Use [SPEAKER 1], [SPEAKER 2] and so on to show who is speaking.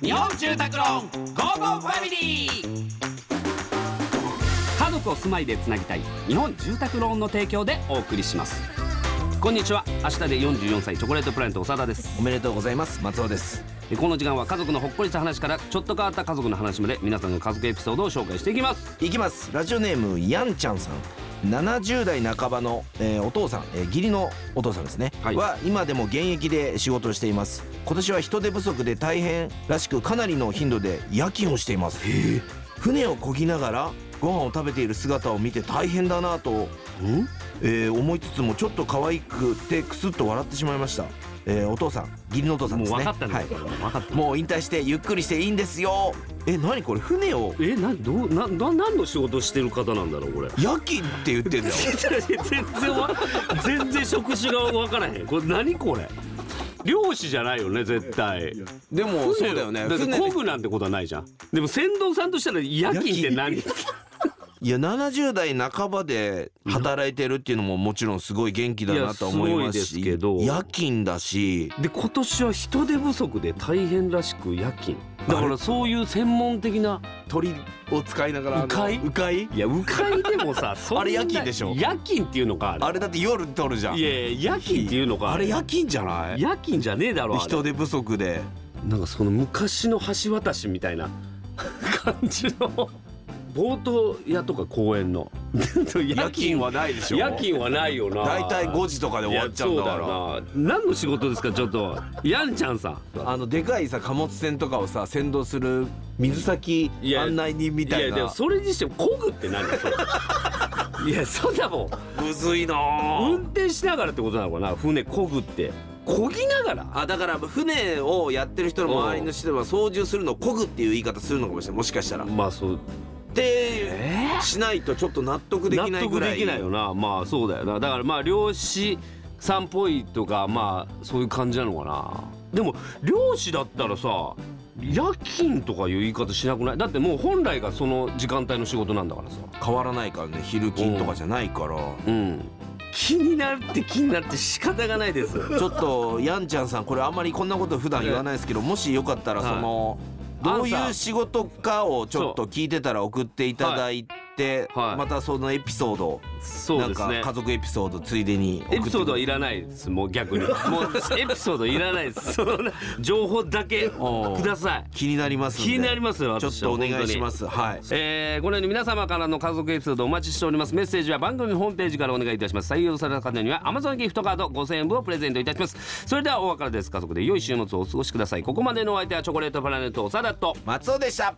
[SPEAKER 1] 日本住宅ローンゴーゴーファミリー家族を住まいでつなぎたい日本住宅ローンの提供でお送りしますこんにちは明日で44歳チョコレートプラネット長田です
[SPEAKER 2] おめでとうございます松尾です
[SPEAKER 1] えこの時間は家族のほっこりした話からちょっと変わった家族の話まで皆さんの家族エピソードを紹介していきます
[SPEAKER 2] いきますラジオネームやんちゃんさん70代半ばの、えーお父さん、えー義理のお父さんですね、
[SPEAKER 1] は
[SPEAKER 2] はい今でも現役で仕事をしています今年は人手不足で大変らしくかなりの頻度で夜勤をしています船を漕ぎながらご飯を食べている姿を見て大変だなと
[SPEAKER 1] ん
[SPEAKER 2] えー思いつつもちょっと可愛くてクスッと笑ってしまいました、えーお父さん義理のお父さん
[SPEAKER 1] もう
[SPEAKER 2] です
[SPEAKER 1] 分
[SPEAKER 2] ね
[SPEAKER 1] かったんだ
[SPEAKER 2] はい
[SPEAKER 1] よ、分かった
[SPEAKER 2] もう引退してゆっくりしていいんですよえ何これ船を
[SPEAKER 1] えなどうなな何の仕事してる方なんだろうこれ
[SPEAKER 2] 夜勤って言ってんだよ
[SPEAKER 1] 全然わ全然職種が分からへんこれ何これ漁師じゃないよね絶対
[SPEAKER 2] でもそうだよね
[SPEAKER 1] だって
[SPEAKER 2] 船で
[SPEAKER 1] 漕ぐなんてことはないじゃんでも船頭さんとしたら夜勤って何
[SPEAKER 2] いや70代半ばで働いてるっていうのももちろんすごい元気だなとは思いますし
[SPEAKER 1] いやすごいですけど
[SPEAKER 2] 夜勤だし
[SPEAKER 1] で今年は人手不足で大変らしく夜勤だからそういう専門的な
[SPEAKER 2] 鳥を使いなが
[SPEAKER 1] らあの
[SPEAKER 2] うかい
[SPEAKER 1] いや迂回でもさそんな
[SPEAKER 2] あれ夜勤でしょ
[SPEAKER 1] 夜勤っていうのか
[SPEAKER 2] あれだって夜取るじゃん
[SPEAKER 1] いやいや夜勤っていうのか
[SPEAKER 2] あれ夜勤じゃない
[SPEAKER 1] 夜勤じゃねえだろあれ
[SPEAKER 2] 人手不足で
[SPEAKER 1] なんかその昔の橋渡しみたい な感じのボート屋とか公園の 夜
[SPEAKER 2] 夜勤はないでしょ
[SPEAKER 1] 夜勤はないよな
[SPEAKER 2] 大体5時とかで終わっちゃうんだか
[SPEAKER 1] いや
[SPEAKER 2] ら
[SPEAKER 1] そうだよな何の仕事ですかちょっとやんちゃんさん
[SPEAKER 2] あのでかいさ貨物船とかをさ先導する水先
[SPEAKER 1] いや
[SPEAKER 2] 案内人みたい
[SPEAKER 1] や
[SPEAKER 2] な
[SPEAKER 1] でもそれにしてもこぐって 何それいやそうだもん
[SPEAKER 2] むずいなあ
[SPEAKER 1] 運転しながらってことなのかな船こぐってこぎながら
[SPEAKER 2] あだから船をやってる人の周りの人は操縦するのをこぐっていう言い方するのかもしれないもしかしたら。
[SPEAKER 1] まあそう
[SPEAKER 2] でしないとちょっと納得できないぐら
[SPEAKER 1] 納得
[SPEAKER 2] い
[SPEAKER 1] できないよなまあそうだよなだからまあ漁師さんっぽいとかまあそういう感じなのかなでも漁師だったらさ夜勤とかいう言い方しなくないだってもう本来がその時間帯の仕事なんだからさ
[SPEAKER 2] 変わらないからね昼勤とかじゃないから、
[SPEAKER 1] うん気になるって気になって仕方がないです
[SPEAKER 2] ちょっとやんちゃんさんこれあんまりこんなこと普段言わないですけどもしよかったら
[SPEAKER 1] はい
[SPEAKER 2] その、どういう仕事かをちょっと聞いてたら送っていただいて、
[SPEAKER 1] はいはい
[SPEAKER 2] またそのエピソードを
[SPEAKER 1] そ
[SPEAKER 2] な
[SPEAKER 1] うんです
[SPEAKER 2] か
[SPEAKER 1] ね
[SPEAKER 2] 家族エピソードついでに送って
[SPEAKER 1] エピソードはいらないですもう逆にもうエピソードいらない ですその情報だけ
[SPEAKER 2] おう
[SPEAKER 1] ください
[SPEAKER 2] 気になりますんで
[SPEAKER 1] 気になりますよ
[SPEAKER 2] ちょっ
[SPEAKER 1] 私は
[SPEAKER 2] とお願いしますすはい
[SPEAKER 1] えー、このように皆様からの家族エピソードお待ちしておりますメッセージは番組ホームページからお願いいたします採用された方には Amazon ギフトカード5000円分をプレゼントいたしますそれではお別れです家族で良い週末をお過ごしくださいここまでのお相手はチョコレートプラネット長田と
[SPEAKER 2] 松尾でした